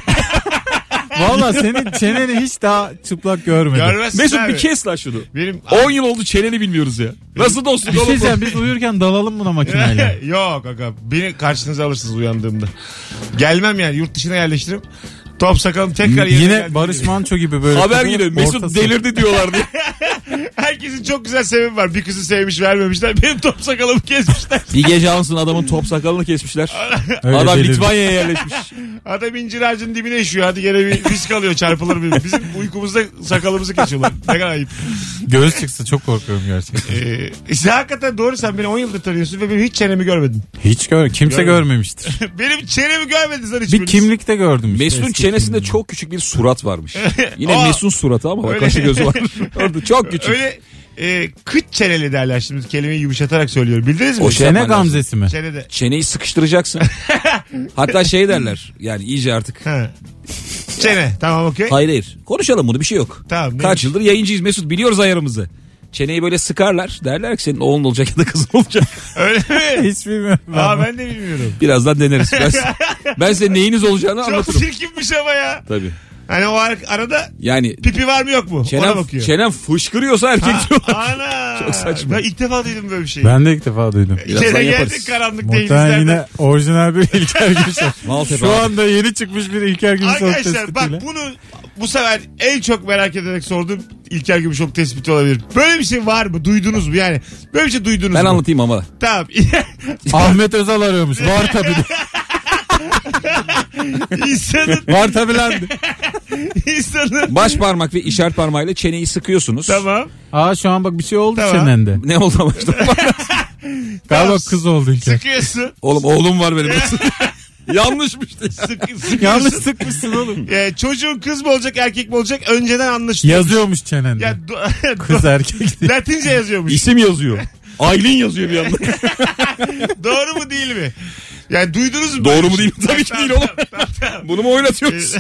Valla senin çeneni hiç daha çıplak görmedim. Görmezsin Mesut abi. bir kes lan şunu. Benim 10 yıl oldu çeneni bilmiyoruz ya. Nasıl Bir dostluk şey oğlum? diyeceğim biz uyurken dalalım buna makineyle. Yok aga beni karşınıza alırsınız uyandığımda. Gelmem yani yurt dışına yerleştiririm. Top sakalım tekrar yerine Yine geldiği Barış gibi. Manço gibi böyle. Haber kadın geliyor. Mesut ortası. delirdi diyorlar diye. Herkesin çok güzel sebebi var. Bir kızı sevmiş vermemişler. Benim top sakalımı kesmişler. bir gece ansın adamın top sakalını kesmişler. Öyle Adam delirdi. Litvanya'ya yerleşmiş. Adam incir ağacının dibine işiyor. Hadi gene bir risk alıyor çarpılır bir. Bizim uykumuzda sakalımızı kesiyorlar. Ne kadar ayıp. Göz çıksa çok korkuyorum gerçekten. Ee, işte hakikaten doğru sen beni 10 yıldır tanıyorsun ve benim hiç çenemi görmedin. Hiç gör, kimse Görmedim. görmemiştir. benim çenemi görmediniz lan hiçbiriniz. Bir kimlikte gördüm. işte, Mesut'un eski çenesinde kimliğinde. çok küçük bir surat varmış. Yine Aa, Mesut'un suratı ama bak öyle. kaşı gözü var. Orada çok küçük. Öyle e, kıt çeneli derler şimdi kelimeyi yumuşatarak söylüyorum. Bildiniz mi? O şey- Çene yapman lazım. gamzesi mi? Çenede. Çeneyi sıkıştıracaksın. Hatta şey derler. Yani iyice artık. Ha. Çene tamam okey. Hayır hayır. Konuşalım bunu bir şey yok. Tamam, neymiş? Kaç yıldır yayıncıyız Mesut biliyoruz ayarımızı. Çeneyi böyle sıkarlar. Derler ki senin oğlun olacak ya da kızın olacak. Öyle mi? Hiç bilmiyorum. Aa ben de bilmiyorum. Birazdan deneriz. Ben, ben size neyiniz olacağını Çok anlatırım. çirkinmiş ama ya. Tabii. Hani o ar- arada Yani pipi var mı yok mu? Ona çenem, bakıyor. çenem fışkırıyorsa erkek diyorlar. Ana. Çok saçma. Ben ilk defa duydum böyle bir şeyi. Ben de ilk defa duydum. Birazdan İçeri geldik yaparız. karanlık Muhtemelen denizlerden. yine orijinal bir İlker Gümüşoluk. Maltepe Şu abi. anda yeni çıkmış bir İlker Gümüşoluk Arkadaşlar tespitiyle. bak bunu bu sefer en çok merak ederek sordum. İlker Gümüşok tespiti olabilir. Böyle bir şey var mı? Duydunuz mu yani? Böyle bir şey duydunuz Ben mu? anlatayım ama. Tamam. Ahmet Özal arıyormuş. Var tabi. de. insanın, Var tabi lan. de. insanın. Baş parmak ve işaret parmağıyla çeneyi sıkıyorsunuz. tamam. Aa şu an bak bir şey oldu Tamam. çenende. Ne oldu ama işte. Galiba kız oldu İlker. Sıkıyorsun. Oğlum oğlum var benim. Yanlışmış diye. Sık, sıkıyorsun. Yanlış sıkmışsın oğlum. Ee, çocuğun kız mı olacak erkek mi olacak önceden anlaşılıyor. Yazıyormuş çenende. Ya, do- Kız erkek diye. Latince yazıyormuş. İsim yazıyor. Aylin yazıyor bir yandan. Doğru mu değil mi? Yani duydunuz mu? Doğru böyle mu bir şey? değil mi? Tabii ki Tamam, değil oğlum. tamam, tamam, tamam. Ee, Bunu mu oynatıyoruz?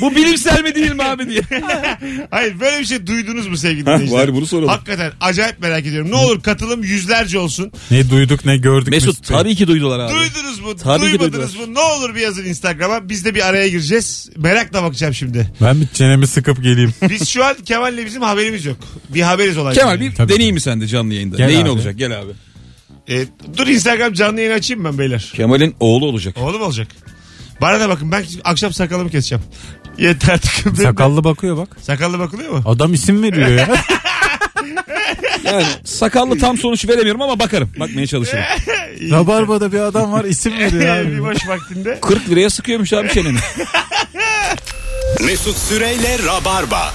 Bu bilimsel mi değil mi abi diye. Hayır böyle bir şey duydunuz mu sevgili Ha, dinleyiciler? bari bunu soralım. Hakikaten acayip merak ediyorum. Ne olur katılım yüzlerce olsun. Ne duyduk ne gördük. Mesut Bey. tabii ki duydular abi. Duydunuz mu? Tabii ki duymadınız mı? Ne olur bir yazın Instagram'a. Biz de bir araya gireceğiz. Merakla bakacağım şimdi. Ben bir çenemi sıkıp geleyim. Biz şu an Kemal'le bizim haberimiz yok. Bir haberiz olay. Kemal bir Tabii. deneyim mi sende canlı yayında? Gel Neyin abi. olacak? Gel abi. E, dur Instagram canlı yayın açayım ben beyler. Kemal'in oğlu olacak. Oğlum olacak. Bana da bakın ben akşam sakalımı keseceğim. Yeter artık. Sakallı bakıyor bak. Sakallı bakılıyor mu? Adam isim veriyor ya. Yani sakallı tam sonuç veremiyorum ama bakarım. Bakmaya çalışırım. Rabarba'da bir adam var isim veriyor Ee, bir abi. boş vaktinde. 40 liraya sıkıyormuş abi çeneni. Mesut Süreyle Rabarba.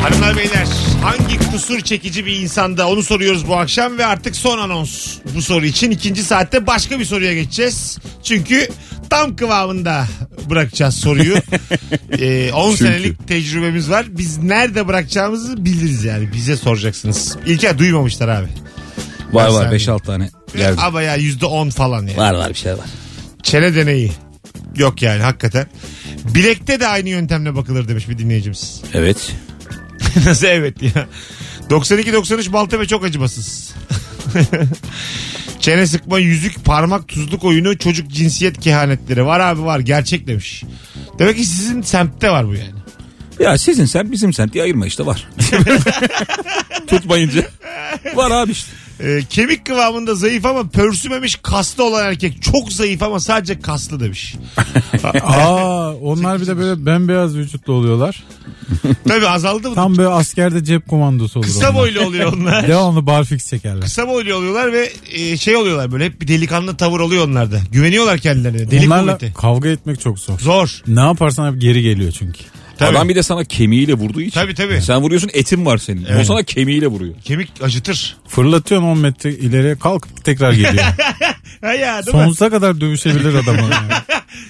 Hanımlar beyler hangi kusur çekici bir insanda onu soruyoruz bu akşam ve artık son anons bu soru için. ikinci saatte başka bir soruya geçeceğiz. Çünkü tam kıvamında bırakacağız soruyu. Ee, 10 senelik tecrübemiz var. Biz nerede bırakacağımızı biliriz yani. Bize soracaksınız. İlker duymamışlar abi. Var var Sen- 5-6 tane geldi. Ama ya %10 falan yani. Var var bir şeyler var. Çene deneyi. Yok yani hakikaten. Bilekte de aynı yöntemle bakılır demiş bir dinleyicimiz. Evet. Nasıl evet ya. 92-93 Maltepe çok acımasız. Çene sıkma, yüzük, parmak, tuzluk oyunu, çocuk cinsiyet kehanetleri. Var abi var gerçek demiş. Demek ki sizin semtte var bu yani. Ya sizin semt bizim semt diye ayırma işte var. Tutmayınca. Var abi işte. Ee, kemik kıvamında zayıf ama pörsümemiş kaslı olan erkek. Çok zayıf ama sadece kaslı demiş. Aa onlar bir de böyle bembeyaz vücutlu oluyorlar. Tabii azaldı mı? Tam böyle askerde cep komandosu olur Kısa onlar. boylu oluyor onlar. Devamlı barfix çekerler. kısa boylu oluyorlar ve e, şey oluyorlar böyle hep bir delikanlı tavır oluyor onlarda. Güveniyorlar kendilerine. Deli Onlarla kuvveti. kavga etmek çok zor. Zor. Ne yaparsan hep geri geliyor çünkü. Tabii. Adam bir de sana kemiğiyle vurduğu için. Tabii, tabii. Sen vuruyorsun etin var senin. O sana kemiğiyle vuruyor. Kemik acıtır. Fırlatıyorsun 10 metre ileriye kalkıp tekrar geliyor. Ha ya değil mi? Sonsuza kadar dövüşebilir adamı. Yani.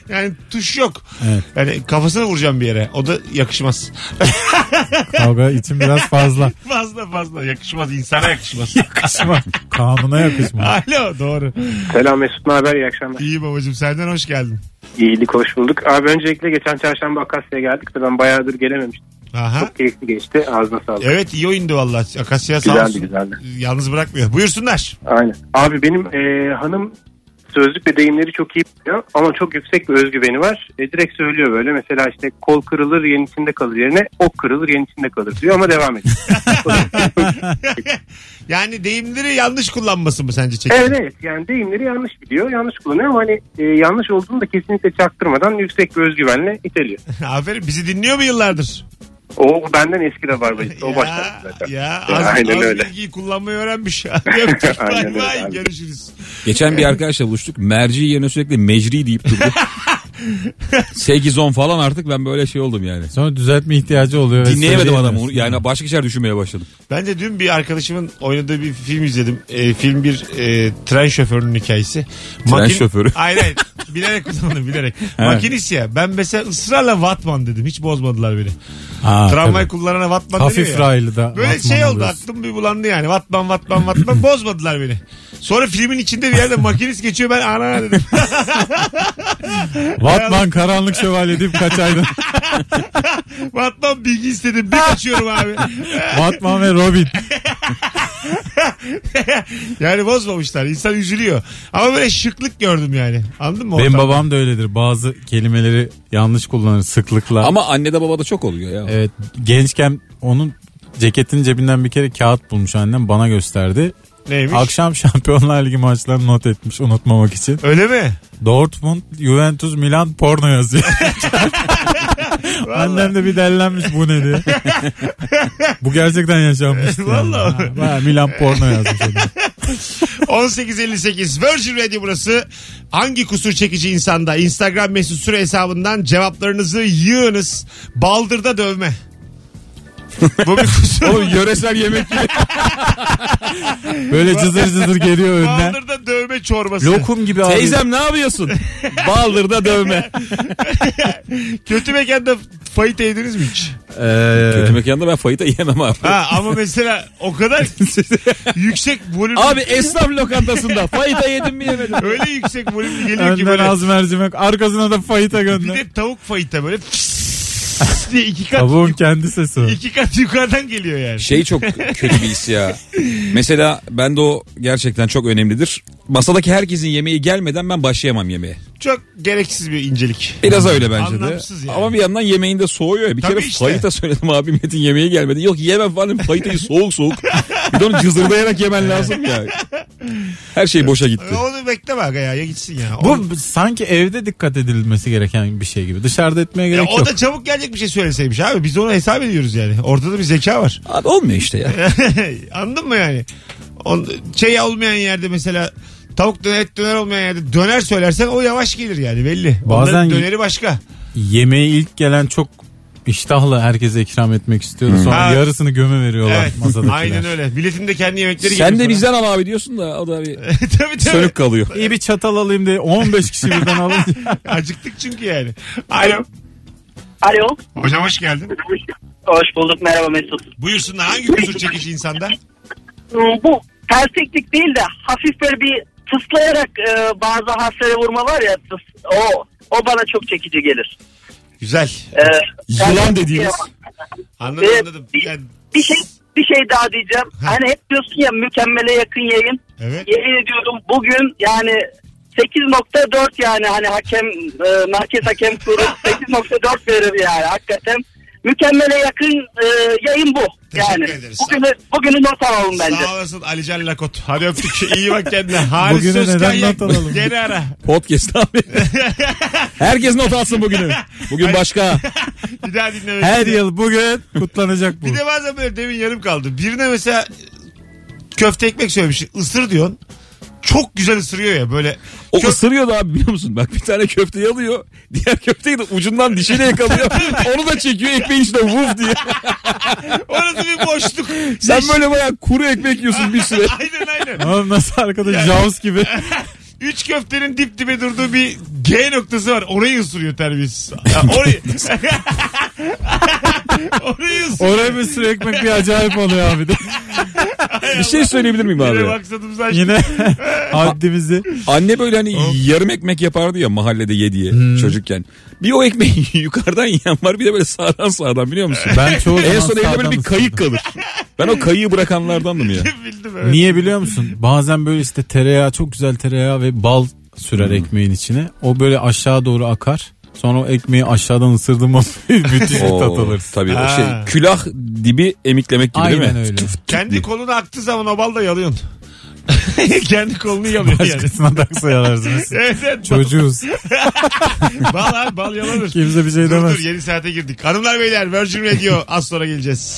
Yani tuş yok. Evet. Yani kafasını vuracağım bir yere. O da yakışmaz. Kavga için biraz fazla. fazla fazla yakışmaz. insana yakışmaz. Yakışma. Kanuna yakışma. Alo doğru. Selam Mesut, ne haber? İyi akşamlar. İyi babacığım senden hoş geldin. İyilik, hoş bulduk. Abi öncelikle geçen çarşamba Akasya'ya geldik de ben bayağıdır gelememiştim. Aha. Keyifli geçti, ağzına sağlık. Evet iyi oyundu valla. Akasya sağ Güzeldi, olsun. güzeldi. Yalnız bırakmıyor. Buyursunlar. Aynen. Abi benim e, hanım sözlük ve deyimleri çok iyi biliyor ama çok yüksek bir özgüveni var. E, direkt söylüyor böyle mesela işte kol kırılır yenisinde kalır yerine ok kırılır yenisinde kalır diyor ama devam ediyor. Yani deyimleri yanlış kullanması mı sence çekici? evet evet yani deyimleri yanlış biliyor yanlış kullanıyor ama hani e, yanlış olduğunu da kesinlikle çaktırmadan yüksek bir özgüvenle iteliyor. Aferin bizi dinliyor mu yıllardır? O benden eski de var O başta zaten. Ya az, aynen az öyle. bilgiyi kullanmayı öğrenmiş. Öptük, Aynen bay öyle bay abi. görüşürüz. Geçen bir arkadaşla buluştuk. Merci yerine sürekli mecri deyip durdu. 8-10 falan artık ben böyle şey oldum yani. Sonra düzeltme ihtiyacı oluyor. ve Dinleyemedim adamı. söyleyemiyorsun. Yani başka şeyler düşünmeye başladım. Ben de dün bir arkadaşımın oynadığı bir film izledim. E, film bir e, tren şoförünün hikayesi. Tren şoförü. Hayır hayır. Bilerek kullandım bilerek. Evet. Makinist ya. Ben mesela ısrarla Vatman dedim. Hiç bozmadılar beni. Aa, Tramvay tabii. kullanana Vatman Hafif deniyor ya. raylı da. Böyle atman şey oldu alıyorsun. aklım bir bulandı yani. Vatman vatman vatman bozmadılar beni. Sonra filmin içinde bir yerde makinist geçiyor ben ana dedim. Batman karanlık şövalye deyip kaçaydın. Vatman bilgi istedim bir kaçıyorum abi. Batman ve Robin. yani bozmamışlar. İnsan üzülüyor. Ama böyle şıklık gördüm yani. Anladın mı? Benim Ortamda? babam da öyledir. Bazı kelimeleri yanlış kullanır sıklıkla. Ama anne de baba da çok oluyor ya. Evet, gençken onun ceketin cebinden bir kere kağıt bulmuş annem bana gösterdi. Neymiş? Akşam Şampiyonlar Ligi maçlarını not etmiş unutmamak için. Öyle mi? Dortmund, Juventus, Milan porno yazıyor. Annem de bir dellenmiş bu ne diye. bu gerçekten yaşanmış. yani. Vallahi. Ha, bayağı Milan porno yazmış. adam. 1858 Virgin Radio burası. Hangi kusur çekici insanda? Instagram mesut süre hesabından cevaplarınızı yığınız. Baldırda dövme. Bu bir kusur. Oğlum yöresel yemek gibi. Böyle cızır cızır geliyor önüne. Baldırda dövme çorbası. Lokum gibi abi. Teyzem ne yapıyorsun? Baldırda dövme. Kötü mekanda fayit yediniz mi hiç? Ee, Kötü mekanda ben fayita yemem abi. Ha, ama mesela o kadar yüksek volüm. Abi esnaf lokantasında fayita yedim mi yemedim. Öyle yüksek volümlü geliyor ki önden böyle. az mercimek arkasına da fayita Bir gönder. de tavuk fayita böyle fıs diye iki kat, Tavuğun kendi sesi. o. iki kat yukarıdan geliyor yani. Şey çok kötü bir his ya. Mesela ben de o gerçekten çok önemlidir. Masadaki herkesin yemeği gelmeden ben başlayamam yemeğe. Çok gereksiz bir incelik. Biraz öyle bence de. Anlamsız yani. Ama bir yandan yemeğin de soğuyor ya. Bir Tabii kere işte. fayita söyledim abi Metin yemeği gelmedi. Yok yemem falan fayitayı soğuk soğuk. Bir de onu cızırdayarak yemen lazım ya. Her şey boşa gitti. Onu bekleme aga ya. Ya gitsin ya. Bu O- sanki evde dikkat edilmesi gereken bir şey gibi. Dışarıda etmeye Ya gerek o yok. da çabuk gelecek bir şey söyleseymiş abi. Biz onu hesap ediyoruz yani. Ortada bir zeka var. Abi olmuyor işte ya. Anladın mı yani? On, şey olmayan yerde mesela tavuk döner et döner olmayan yerde döner söylersen o yavaş gelir yani belli. Bazen- Onların döneri başka. Yemeği ilk gelen çok iştahla herkese ikram etmek istiyordu. Sonra Ha. yarısını göme veriyorlar Evet. masadakiler. Aynen öyle. Biletin de kendi yemekleri Sen geliyor de sonra. bizden al abi diyorsun da o da bir tabii tabii. sönük kalıyor. İyi bir çatal alayım diye 15 kişi birden alınca. Acıktık çünkü yani. Alo. Alo. Hocam hoş geldin. Hoş bulduk. Merhaba Mesut. Buyursunlar hangi kusur çekici insanda? Hmm, Bu terseklik değil de hafif böyle bir tıslayarak e, bazı harflere vurma var ya. tıs- o o bana çok çekici gelir. Güzel. Ee, Yılan ben- dediğimiz. Anladım Ee, anladım. Yani, Bir şey bir şey daha diyeceğim. Hani hep diyorsun ya mükemmele yakın yayın. evet. Yemin ediyorum bugün yani 8.4 yani hani hakem e, merkez hakem kurulu 8.4 verir yani hakikaten. Mükemmele yakın e, yayın bu. Teşekkür Yani ederiz. bugünü, bugünü not alalım bence. Sağ olasın Alican Lakot. Hadi öptük. İyi bak kendine. Halis Bugüne Bugüne neden not alalım? Gene ara. Podcast abi. Herkes not alsın bugünü. Bugün başka. Bir daha dinlemek Her istiyorum. yıl bugün kutlanacak bu. Bir de bazen böyle demin yarım kaldı. Birine mesela köfte ekmek söylemişsin. Isır diyorsun. Çok güzel ısırıyor ya böyle. O Köf- ısırıyor da abi biliyor musun? Bak bir tane köfteyi alıyor. Diğer köfteyi de ucundan dişiyle yakalıyor. Onu da çekiyor ekmeğin içine vuf diye. Orada bir boşluk. Sen böyle bayağı kuru ekmek yiyorsun bir süre. aynen aynen. Oğlum nasıl arkadaş Jaws gibi. Üç köftenin dip dibe durduğu bir G noktası var. Orayı ısırıyor terbiyesiz. Ya orayı. orayı ısırıyor. Oraya bir sürü ekmek bir acayip oluyor abi de. Bir şey söyleyebilir miyim abi? Yine ya? maksadımız aşk. Yine haddimizi. Anne böyle hani yarım ekmek yapardı ya mahallede ye diye Hmm. çocukken. Bir o ekmeği yukarıdan yiyen var bir de böyle sağdan sağdan biliyor musun? Ben çoğu zaman en son evde sağdan böyle bir kayık kalır. Ben o kayığı bırakanlardandım ya. Bildim evet. Niye biliyor musun? Bazen böyle işte tereyağı çok güzel tereyağı ve bal Hmm. sürer ekmeğin içine. O böyle aşağı doğru akar. Sonra o ekmeği aşağıdan ısırdım mı müthiş bir tat Oo, alırsın. Tabii Ha. o şey külah dibi emiklemek gibi değil Aynen mi? öyle. Kendi kolunu aktığı zaman o balla yalıyorsun. Kendi kolunu yalıyor yani. Başkasına taksa yalarsınız. Evet, evet. Çocuğuz. Bal abi bal yalanır. Kimse bir şey Dur demez. dur yeni saate girdik. Hanımlar beyler Virgin Radio az sonra geleceğiz.